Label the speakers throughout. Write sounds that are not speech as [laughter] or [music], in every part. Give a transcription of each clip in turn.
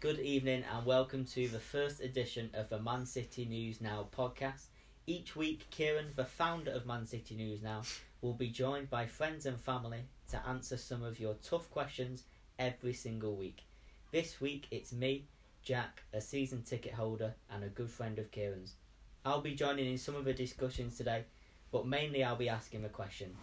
Speaker 1: Good evening and welcome to the first edition of the Man City News Now podcast. Each week, Kieran, the founder of Man City News Now, will be joined by friends and family to answer some of your tough questions every single week. This week, it's me, Jack, a season ticket holder and a good friend of Kieran's. I'll be joining in some of the discussions today, but mainly I'll be asking the question.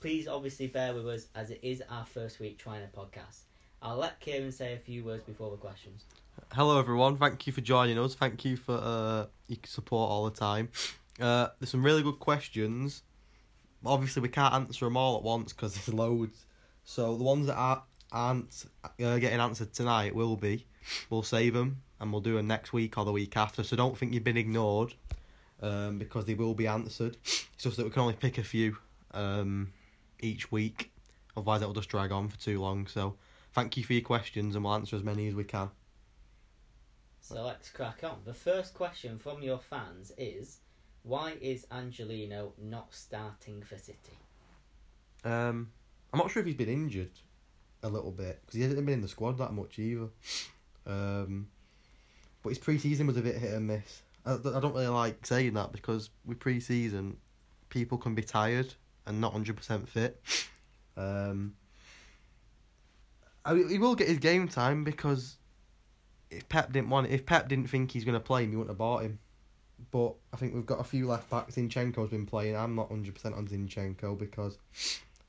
Speaker 1: Please obviously bear with us as it is our first week trying a podcast. I'll let Kieran say a few words before the questions.
Speaker 2: Hello, everyone. Thank you for joining us. Thank you for uh, your support all the time. Uh, there's some really good questions. Obviously, we can't answer them all at once because there's loads. So the ones that are, aren't uh, getting answered tonight will be. We'll save them and we'll do them next week or the week after. So don't think you've been ignored um, because they will be answered. It's just that we can only pick a few um, each week. Otherwise, it'll just drag on for too long. So thank you for your questions and we'll answer as many as we can.
Speaker 1: So let's crack on. The first question from your fans is why is Angelino not starting for City?
Speaker 2: Um, I'm not sure if he's been injured a little bit because he hasn't been in the squad that much either. Um, but his pre-season was a bit hit and miss. I, I don't really like saying that because with pre-season, people can be tired and not hundred percent fit. Um, I mean, he will get his game time because if Pep didn't want, if Pep didn't think he's going to play him, he wouldn't have bought him. But I think we've got a few left backs. Zinchenko's been playing. I'm not hundred percent on Zinchenko because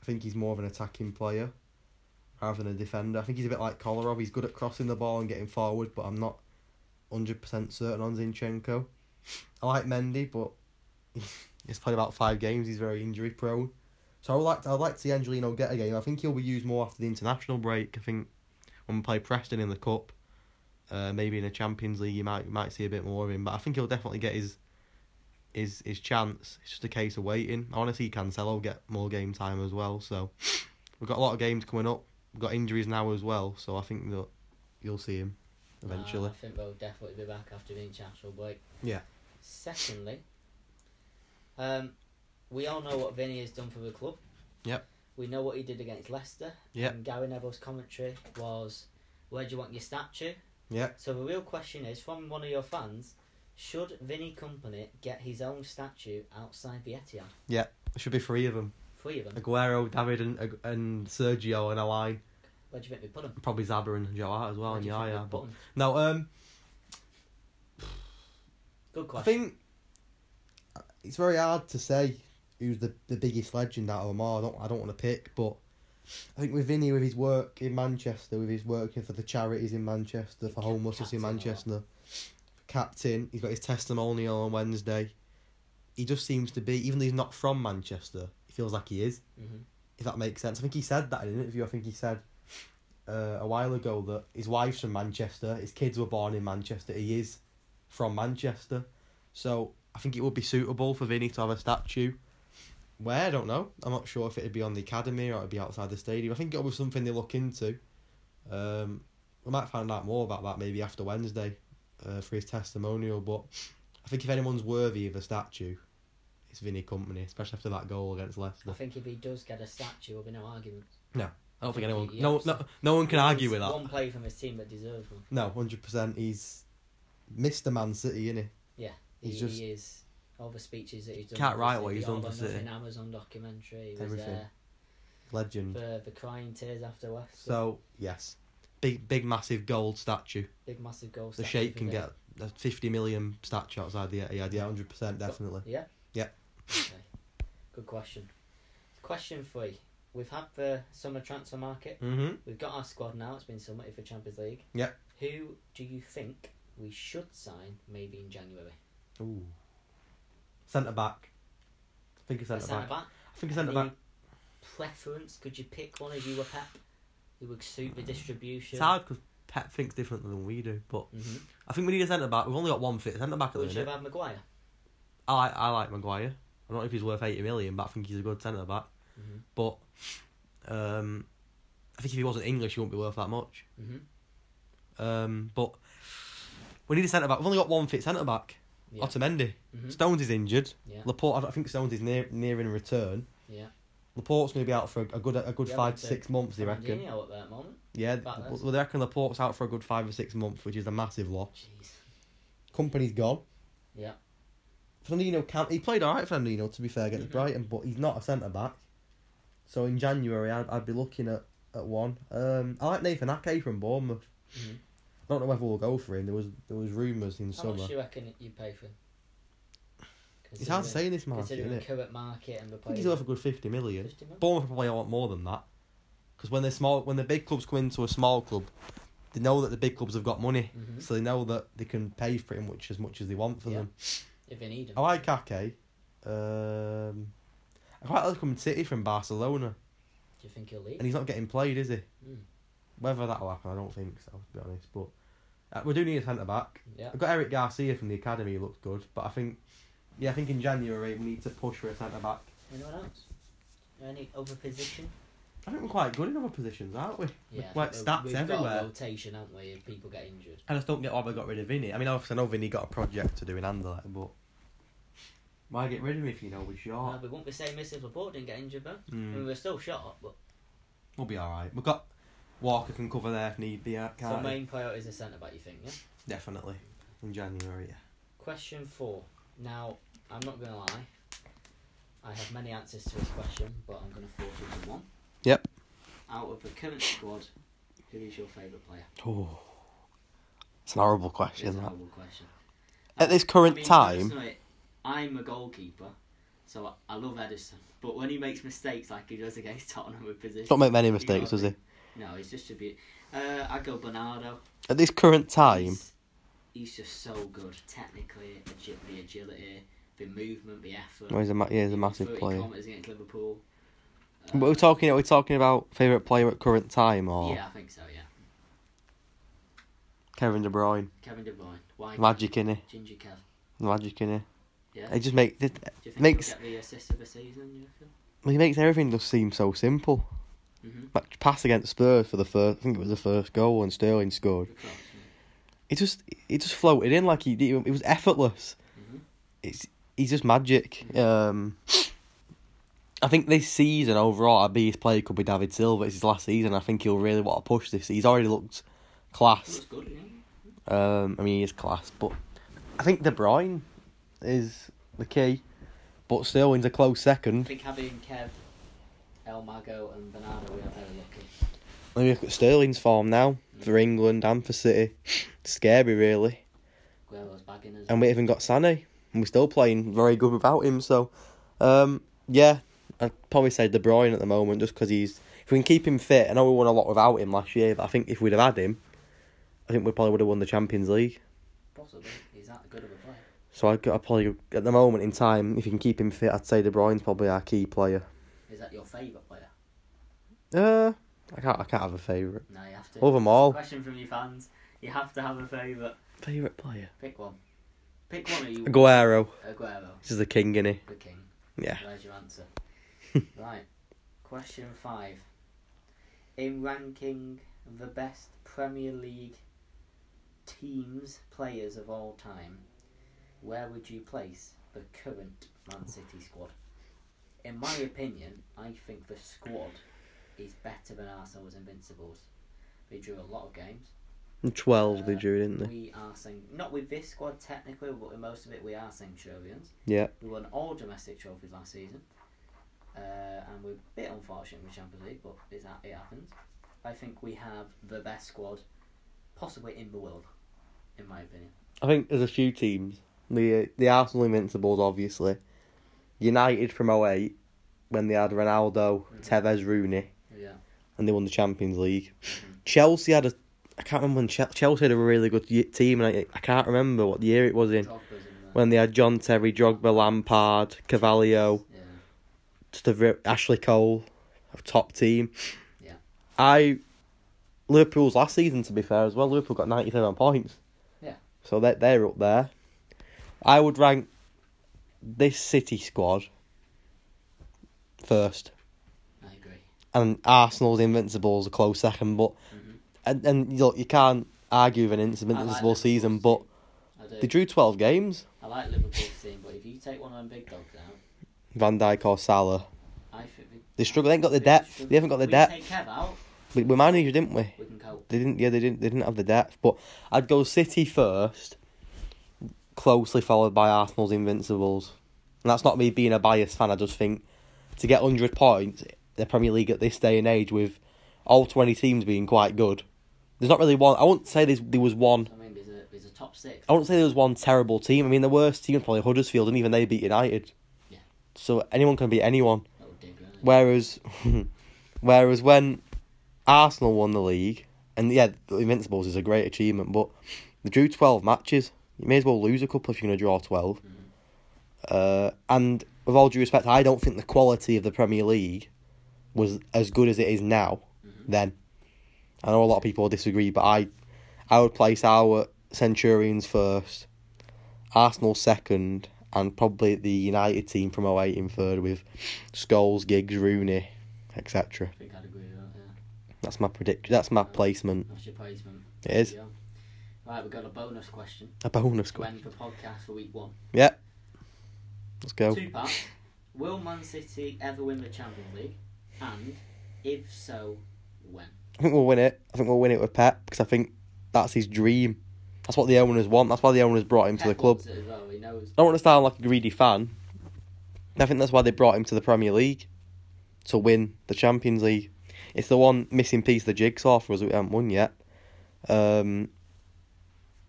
Speaker 2: I think he's more of an attacking player rather than a defender. I think he's a bit like Kolarov. He's good at crossing the ball and getting forward, but I'm not hundred percent certain on Zinchenko. I like Mendy, but [laughs] he's played about five games. He's very injury prone. So I would like to, I'd like to see Angelino get a game. I think he'll be used more after the international break. I think when we play Preston in the cup, uh, maybe in the Champions League, you might you might see a bit more of him. But I think he'll definitely get his his his chance. It's just a case of waiting. I want to see Cancelo get more game time as well. So [sniffs] we've got a lot of games coming up. We've got injuries now as well. So I think that you'll see him eventually.
Speaker 1: Uh, I think they'll definitely be back after the international break.
Speaker 2: Yeah.
Speaker 1: Secondly, um, we all know what Vinny has done for the club.
Speaker 2: Yep.
Speaker 1: We know what he did against Leicester.
Speaker 2: Yep.
Speaker 1: And Gary Neville's commentary was, "Where do you want your statue?"
Speaker 2: yeah.
Speaker 1: So the real question is from one of your fans: Should Vinny Company get his own statue outside the Etihad?
Speaker 2: There should be three of them:
Speaker 1: Three of them.
Speaker 2: Aguero, David, and Ag- and Sergio in a line.
Speaker 1: Where do you think we put them?
Speaker 2: Probably Zabra and Joe Hart as well, and Yaya. But no, um,
Speaker 1: good
Speaker 2: I
Speaker 1: question.
Speaker 2: think uh, it's very hard to say who's the, the biggest legend out of them all. I don't I don't want to pick, but I think with Vinny, with his work in Manchester, with his working for the charities in Manchester, for
Speaker 1: Cap-
Speaker 2: homelessness in
Speaker 1: captain a lot.
Speaker 2: Manchester, captain, he's got his testimonial on Wednesday. He just seems to be, even though he's not from Manchester, he feels like he is.
Speaker 1: Mhm.
Speaker 2: If that makes sense, I think he said that in an interview. I think he said uh, a while ago that his wife's from Manchester, his kids were born in Manchester. He is from Manchester. So I think it would be suitable for Vinny to have a statue. Where I don't know. I'm not sure if it'd be on the academy or it'd be outside the stadium. I think it'll be something they look into. Um, we might find out more about that maybe after Wednesday, uh, for his testimonial. But I think if anyone's worthy of a statue, it's Vinny Company, especially after that goal against
Speaker 1: I
Speaker 2: Leicester.
Speaker 1: think if he does get a statue, there'll be no arguments.
Speaker 2: I don't think
Speaker 1: I think
Speaker 2: anyone.
Speaker 1: he
Speaker 2: No, no,
Speaker 1: absolutely-
Speaker 2: no one can argue with
Speaker 1: There's
Speaker 2: that.
Speaker 1: One player from his team that deserves one.
Speaker 2: No, hundred percent. He's Mr. Man City, isn't
Speaker 1: He,
Speaker 2: He's just-
Speaker 1: he is all the speeches that he's done.
Speaker 2: Can't
Speaker 1: for
Speaker 2: write
Speaker 1: City,
Speaker 2: what he's
Speaker 1: the
Speaker 2: done
Speaker 1: All
Speaker 2: for
Speaker 1: or
Speaker 2: City.
Speaker 1: Nothing Amazon documentary. He was
Speaker 2: Everything.
Speaker 1: there
Speaker 2: he? Legend.
Speaker 1: for the crying tears after West.
Speaker 2: So yes, big, big, massive gold statue.
Speaker 1: big massive goal.
Speaker 2: The
Speaker 1: statue
Speaker 2: shape
Speaker 1: for
Speaker 2: can
Speaker 1: Vin.
Speaker 2: get a fifty million statue outside the Etihad. Yeah, hundred percent, definitely.
Speaker 1: Yeah.
Speaker 2: Yeah.
Speaker 1: Okay. Good question. Question three. We've had the summer transfer market.
Speaker 2: Mm-hmm.
Speaker 1: We've got our squad now. It's been submitted for Champions League.
Speaker 2: Yeah.
Speaker 1: Who do you think we should sign maybe in January?
Speaker 2: Ooh. Centre back. I think a
Speaker 1: A
Speaker 2: centre back.
Speaker 1: back.
Speaker 2: I think a centre back.
Speaker 1: Any Preference? Could you pick one if you were Pep? Who would suit the distribution?
Speaker 2: It's hard because Pep thinks differently than we do, but
Speaker 1: hmm
Speaker 2: I think we need a centre back. We've only got one fit centre back at the
Speaker 1: Would you have
Speaker 2: minute.
Speaker 1: had Maguire?
Speaker 2: I like, I like Maguire. I don't know if he's worth eighty million, but I think he's a good centre back.
Speaker 1: Mhm.
Speaker 2: But um, I think if he wasn't English, he wouldn't be worth that much.
Speaker 1: Mm-hmm.
Speaker 2: Um, but we need a centre back. We've only got one fit centre back.
Speaker 1: Yeah.
Speaker 2: Otamendi.
Speaker 1: Mhm.
Speaker 2: Stones is injured.
Speaker 1: Yeah.
Speaker 2: Laporte. I think Stones is near nearing return.
Speaker 1: Yeah.
Speaker 2: Laporte's going to be out for a, a good a good
Speaker 1: Yeah,
Speaker 2: five
Speaker 1: but
Speaker 2: to
Speaker 1: the-
Speaker 2: six months. They reckon.
Speaker 1: Fernandinho at that moment.
Speaker 2: Yeah,
Speaker 1: About
Speaker 2: th-
Speaker 1: this.
Speaker 2: well, they reckon Laporte's out for a good five or six months, which is a massive loss.
Speaker 1: Jeez.
Speaker 2: Company's gone.
Speaker 1: Yeah.
Speaker 2: Fernandino can't. He played alright, Fernandino, to be fair, against
Speaker 1: Mhm.
Speaker 2: Brighton, but he's not a centre back. So in January, I'd, I'd be looking at, at one. Um, I like Nathan Ake from Bournemouth.
Speaker 1: Mhm.
Speaker 2: I don't know whether we'll go for him. There was there was rumours in
Speaker 1: How
Speaker 2: summer.
Speaker 1: much do you reckon you pay for?
Speaker 2: It's hard to say in this market,
Speaker 1: Considering
Speaker 2: isn't
Speaker 1: the
Speaker 2: it?
Speaker 1: current market and the
Speaker 2: I think
Speaker 1: players.
Speaker 2: he's worth a good fifty million.
Speaker 1: 50 mil?
Speaker 2: Bournemouth probably want more than that, because when they small, when the big clubs come into a small club, they know that the big clubs have got money,
Speaker 1: Mhm.
Speaker 2: so they know that they can pay pretty much as much as they want for
Speaker 1: Yeah.
Speaker 2: them.
Speaker 1: If they need him.
Speaker 2: I like Ake. Um, I quite like him City from Barcelona,
Speaker 1: Do you think he'll leave?
Speaker 2: and he's not getting played, is he?
Speaker 1: Mm.
Speaker 2: Whether that'll happen, I don't think so. To be honest, but uh, we do need a centre back.
Speaker 1: Yeah.
Speaker 2: I've got Eric Garcia from the academy. He looked good, but I think, yeah, I think in January we need to push for a centre back.
Speaker 1: Anyone else? Any other position?
Speaker 2: I think we're quite good in other positions, aren't we?
Speaker 1: Yeah.
Speaker 2: Like
Speaker 1: we-
Speaker 2: stats
Speaker 1: we've Got
Speaker 2: everywhere.
Speaker 1: a rotation, haven't we? If people get injured.
Speaker 2: I just don't get why we got rid of Vinny. I mean, obviously I know Vinny got a project to do in Anderlecht, but why get rid of him if you know we're
Speaker 1: Uh,
Speaker 2: short?
Speaker 1: we won't be saying Mrs. Laporte didn't get injured though. I mean,
Speaker 2: Oh. Mm.
Speaker 1: we were still shot, but
Speaker 2: We'll be all right. We've got Walker can cover there if need be. uh,
Speaker 1: our
Speaker 2: Can't he?
Speaker 1: main priority is the centre back. You think? Yeah.
Speaker 2: Definitely. In January, yeah.
Speaker 1: Question four. Now, I'm not going to lie. I have many answers to this question, but I'm going to force you to one.
Speaker 2: Yep.
Speaker 1: Out of the current squad, who is your favourite player?
Speaker 2: Oh. It's an horrible
Speaker 1: It's
Speaker 2: question,
Speaker 1: a horrible question.
Speaker 2: At this current
Speaker 1: I mean,
Speaker 2: time-
Speaker 1: personally, I'm a goalkeeper, so I, I love Edison. But when he makes mistakes like he does against [laughs] Tottenham with position,
Speaker 2: Don't make many
Speaker 1: mistakes,
Speaker 2: mistakes,
Speaker 1: does
Speaker 2: does he?
Speaker 1: no, he's just a bit. Uh, I go Bernardo.
Speaker 2: At this current time,
Speaker 1: He's, he's just so good technically, agi- the agility, the movement, the effort.
Speaker 2: he's a, he's
Speaker 1: 30
Speaker 2: a massive player.
Speaker 1: kilometres against Liverpool. Um,
Speaker 2: But we're talking, are we talking about favourite player at current time or
Speaker 1: Yeah, I think so. Yeah,
Speaker 2: Kevin De Bruyne?
Speaker 1: Kevin De Bruyne. Why?
Speaker 2: Magic in it.
Speaker 1: Ginger Kev.
Speaker 2: Magic in it.
Speaker 1: Yeah.
Speaker 2: It just make
Speaker 1: Do you think
Speaker 2: makes-
Speaker 1: he'll get the assist of the season? You reckon?
Speaker 2: he makes everything just seem so simple.
Speaker 1: Mhm.
Speaker 2: Like pass against Spurs for the first, I think it was the first goal, and Sterling scored.
Speaker 1: Good cross,
Speaker 2: It just, it just floated in like he, it was effortless.
Speaker 1: Mhm.
Speaker 2: it's he's just magic. Um, I think this season overall, our biggest player could be David Silva. It's his last season. I think he'll really want to push this. He's already looked
Speaker 1: Looks
Speaker 2: class.
Speaker 1: good. Yeah.
Speaker 2: Um, I mean, he is class, but I think De Bruyne is the key. But Sterling's a close
Speaker 1: I
Speaker 2: second.
Speaker 1: think having Kev, El Mago, and Bernardo, we are very lucky.
Speaker 2: Let me look at Sterling's form now for England and for City. Scary, really.
Speaker 1: Guerrero's bagging us.
Speaker 2: and we even got Sané, and we're still playing very good without him. So, um, yeah, I'd probably say De Bruyne at the moment just because he's if we can keep him fit. I know we won a lot without him last year, but I think if we'd have had him, I think we probably would have won the Champions League.
Speaker 1: Possibly, he's that good of a player.
Speaker 2: So I'd, I'd probably at the moment in time, if you can keep him fit, I'd say De Bruyne's probably our key player.
Speaker 1: Is that your favourite player?
Speaker 2: Uh, I can't I can't have a favourite.
Speaker 1: No, you have to.
Speaker 2: Love them all.
Speaker 1: Question from your fans: You have to have a favourite.
Speaker 2: Favourite player?
Speaker 1: Pick one. Pick one. Of you.
Speaker 2: Aguero.
Speaker 1: Aguero,
Speaker 2: This is the king, isn't he?
Speaker 1: the king.
Speaker 2: Yeah.
Speaker 1: There's your
Speaker 2: [laughs]
Speaker 1: answer. right. Question five. In ranking the best Premier League teams players of all time, where would you place the current Man City squad? In my opinion, I think the squad is better than Arsenal's Invincibles. They drew a lot of games.
Speaker 2: Twelve they
Speaker 1: Uh,
Speaker 2: drew, didn't they?
Speaker 1: We are Saint- not with this squad technically, but with most of it we are Centurions.
Speaker 2: Yeah.
Speaker 1: We won all domestic trophies last season, uh, and we're a bit unfortunate with Champions League, but it's, ha- it happens. I think we have the best squad, possibly in the world, in my opinion.
Speaker 2: I think there's a few teams. The the Arsenal Invincibles, obviously. United from 08, when they had Ronaldo, Tevez, Rooney,
Speaker 1: Yeah.
Speaker 2: and they won the Champions League. Chelsea had a. I can't remember when Chel- Chelsea had a really good ye- team, and I, I can't remember what year it was in.
Speaker 1: Drogba's in there.
Speaker 2: When they had John Terry, Drogba, Lampard, Cavallo,
Speaker 1: yeah.
Speaker 2: just a ver- Ashley Cole, a top team.
Speaker 1: Yeah.
Speaker 2: I Liverpool's last season to be fair as well. Liverpool got ninety seven points.
Speaker 1: Yeah.
Speaker 2: So they they're up there. I would rank this City squad first,
Speaker 1: I agree.
Speaker 2: and Arsenal's Invincibles a close second. But
Speaker 1: Mhm.
Speaker 2: and and look, you can't argue with an
Speaker 1: I like
Speaker 2: Invincible
Speaker 1: Liverpool's
Speaker 2: season,
Speaker 1: team.
Speaker 2: but
Speaker 1: I do.
Speaker 2: they drew twelve games.
Speaker 1: I like Liverpool's team, but if you take one of them big dogs out,
Speaker 2: Van Dijk or Salah.
Speaker 1: I think the
Speaker 2: They struggle. They ain't got the
Speaker 1: They
Speaker 2: depth.
Speaker 1: struggle.
Speaker 2: They haven't got the
Speaker 1: we
Speaker 2: depth.
Speaker 1: take Kev out,
Speaker 2: We, we managed, didn't we?
Speaker 1: we can cope.
Speaker 2: They didn't. Yeah, they didn't. They didn't have the depth. But I'd go City first, closely followed by Arsenal's Invincibles. And that's not me being a biased fan. I just think to get hundred points, in the Premier League at this day and age, with all twenty teams being quite good, there's not really one. I wouldn't say there's, there was one.
Speaker 1: I mean, there's a there's a top six.
Speaker 2: I wouldn't say there was one terrible team. I mean, the worst team was probably Huddersfield, and even they beat United.
Speaker 1: Yeah.
Speaker 2: So anyone can beat anyone.
Speaker 1: That would dig, really.
Speaker 2: Whereas, [laughs] whereas when Arsenal won the league, and yeah, the Invincibles is a great achievement, but they drew twelve matches. You may as well lose a couple if you're going to draw 12 Uh, and with all due respect, I don't think the quality of the Premier League was as good as it is now. Then, I know a lot of people disagree, but I, I would place our Centurions first, Arsenal second, and probably the United team from 08 in third with Scholes, Giggs, Rooney, etc.
Speaker 1: I think I'd agree with that. Yeah.
Speaker 2: That's my predict. That's my placement.
Speaker 1: That's your placement.
Speaker 2: It is
Speaker 1: Yeah. Right, we've got a bonus question.
Speaker 2: a bonus. Go.
Speaker 1: When for podcast for week one.
Speaker 2: Let's go.
Speaker 1: Two parts. [laughs] Will Man City ever win the Champions League? And if so, when?
Speaker 2: I think we'll win it. I think we'll win it with Pep because I think that's his dream. That's what the owners want. That's why the owners brought him to the
Speaker 1: Pep
Speaker 2: club.
Speaker 1: wants it as well, he knows.
Speaker 2: I don't want to sound like a greedy fan. and I think that's why they brought him to the Premier League to win the Champions League. It's the one missing piece of the jigsaw for us that we haven't won yet. Um,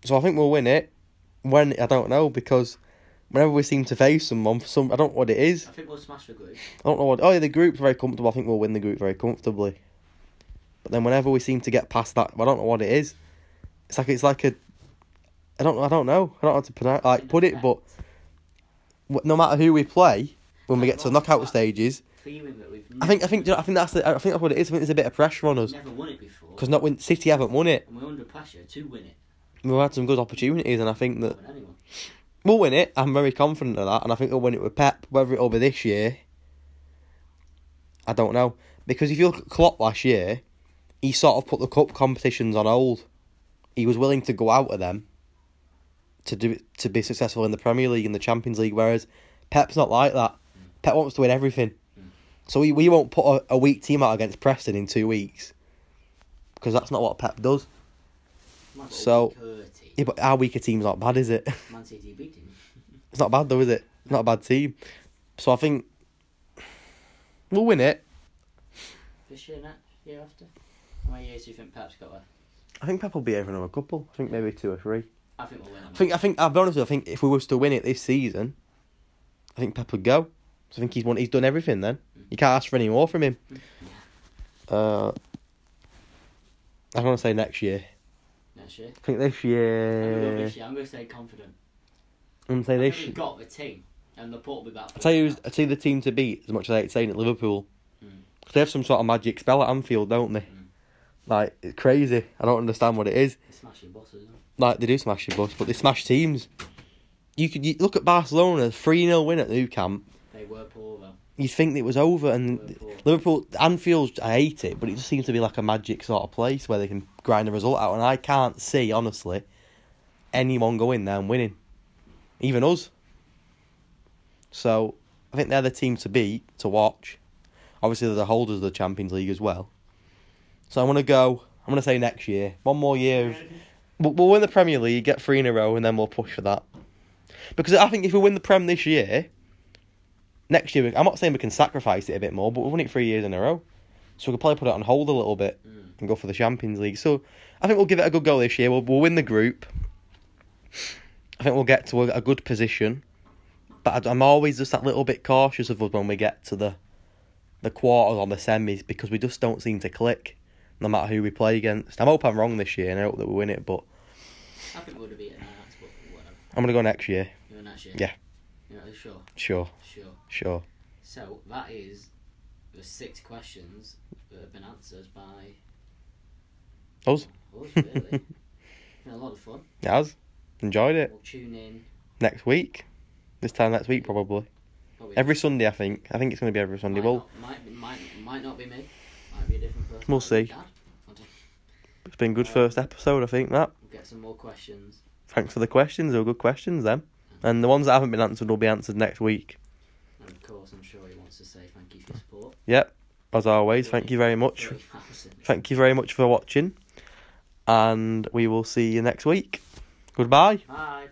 Speaker 2: so I think we'll win it. When I don't know because whenever we seem to face someone, for some I don't know what it is.
Speaker 1: I think we'll smash the group.
Speaker 2: I don't know what. Oh yeah, the group's very comfortable. I think we'll win the group very comfortably. But then whenever we seem to get past that, I don't know what it is. It's like it's like a. I don't. I don't know. I don't know how to pronounce, like put it, but wh- no matter who we play, when we get to the knockout stages,
Speaker 1: Feeling that we've
Speaker 2: I think I think do you know, I think that's the, I think that's what it is. I think there's a bit of pressure on us
Speaker 1: never won it before.
Speaker 2: because not when City haven't won it,
Speaker 1: And we're under pressure to win it.
Speaker 2: we've had some good opportunities, and I think that
Speaker 1: Not with anyone.
Speaker 2: we'll win it. I'm very confident of that, and I think we'll win it with Pep. Whether it'll be this year, I don't know. Because if you look at Klopp last year, he sort of put the cup competitions on hold. He was willing to go out of them to do to be successful in the Premier League and the Champions League, whereas Pep's not like that. Pep wants to win everything, so we, we won't put a, a weak team out against Preston in two weeks because that's not what Pep does.
Speaker 1: Might have got
Speaker 2: So-
Speaker 1: 30.
Speaker 2: Yeah, but our weaker team's not bad, is it? [laughs]
Speaker 1: Man City beating.
Speaker 2: It's not bad though, is it? It's not a bad team. So I think we'll win it.
Speaker 1: This year, next year after. How many years do you think Pep's got left?
Speaker 2: I think Pep will be here for another couple. I think maybe two or three.
Speaker 1: I think we'll win.
Speaker 2: I think I think I'll be honest with you, I think if we was to win it this season, I think Pep would go. So I think he's won he's done everything then. You can't ask for any more from him. Uh I don't want to say next year.
Speaker 1: next year.
Speaker 2: I think this
Speaker 1: I'm gonna go
Speaker 2: year.
Speaker 1: this year. I'm going to stay confident.
Speaker 2: I'm gonna say
Speaker 1: I
Speaker 2: this.
Speaker 1: think we've got the team, and the port will be back.
Speaker 2: I tell you, who's- I tell you the team to beat as much as I hate saying it, Liverpool. 'Cause they have some sort of magic spell at Anfield, don't they? Like it's crazy. I don't understand what it is.
Speaker 1: Smash your bosses. isn't it?
Speaker 2: Like they do smash your bus, but they smash teams. You could you look at Barcelona, three 0 win at Nou Camp.
Speaker 1: They were poor though.
Speaker 2: You think it was over, and
Speaker 1: Liverpool.
Speaker 2: Liverpool Anfield. I hate it, but it just seems to be like a magic sort of place where they can grind a result out, and I can't see honestly anyone going there and winning, even us. So I think they're the team to beat to watch. Obviously, they're the holders of the Champions League as well. So I'm gonna go. I'm gonna say next year, one more year of We'll, we'll win the Premier League, get three in a row, and then we'll push for that. Because I think if we win the Prem this year, next year, we- I'm not saying we can sacrifice it a bit more, but we've won it three years in a row. So we could probably put it on hold a little bit
Speaker 1: Mm.
Speaker 2: and go for the Champions League. So I think we'll give it a good go this year. We'll, we'll win the group. I think we'll get to a, a good position. But I, I'm always just that little bit cautious of us when we get to the the quarters or the semis because we just don't seem to click, no matter who we play against. I hope I'm wrong this year and I hope that we win it, but
Speaker 1: I think we would have beaten Ajax, but whatever.
Speaker 2: I'm gonna go next year.
Speaker 1: You're next year.
Speaker 2: Yeah.
Speaker 1: You know, sure,
Speaker 2: Sure,
Speaker 1: sure.
Speaker 2: sure.
Speaker 1: So that is the six questions that have been answered by
Speaker 2: Us.
Speaker 1: us. Really,
Speaker 2: [laughs]
Speaker 1: been a lot of fun.
Speaker 2: Yaz, enjoyed it.
Speaker 1: We'll tune in.
Speaker 2: Next week, this time next week probably.
Speaker 1: probably-
Speaker 2: Every Sunday, I think. I think it's gonna be every Sunday.
Speaker 1: might
Speaker 2: Well,
Speaker 1: not, might, might might not be me. Might be a different person.
Speaker 2: We'll
Speaker 1: Might be
Speaker 2: see.
Speaker 1: Dad. I'll just
Speaker 2: it's been a good first episode. I think that.
Speaker 1: get some more questions.
Speaker 2: Thanks for the questions. They were good questions then, and the ones that haven't been answered will be answered next week.
Speaker 1: And of course, I'm sure he wants to say thank you for your support.
Speaker 2: Yep. as always, thank you very much.
Speaker 1: Three thousand.
Speaker 2: Thank you very much for watching, and we will see you next week. Goodbye.
Speaker 1: Bye.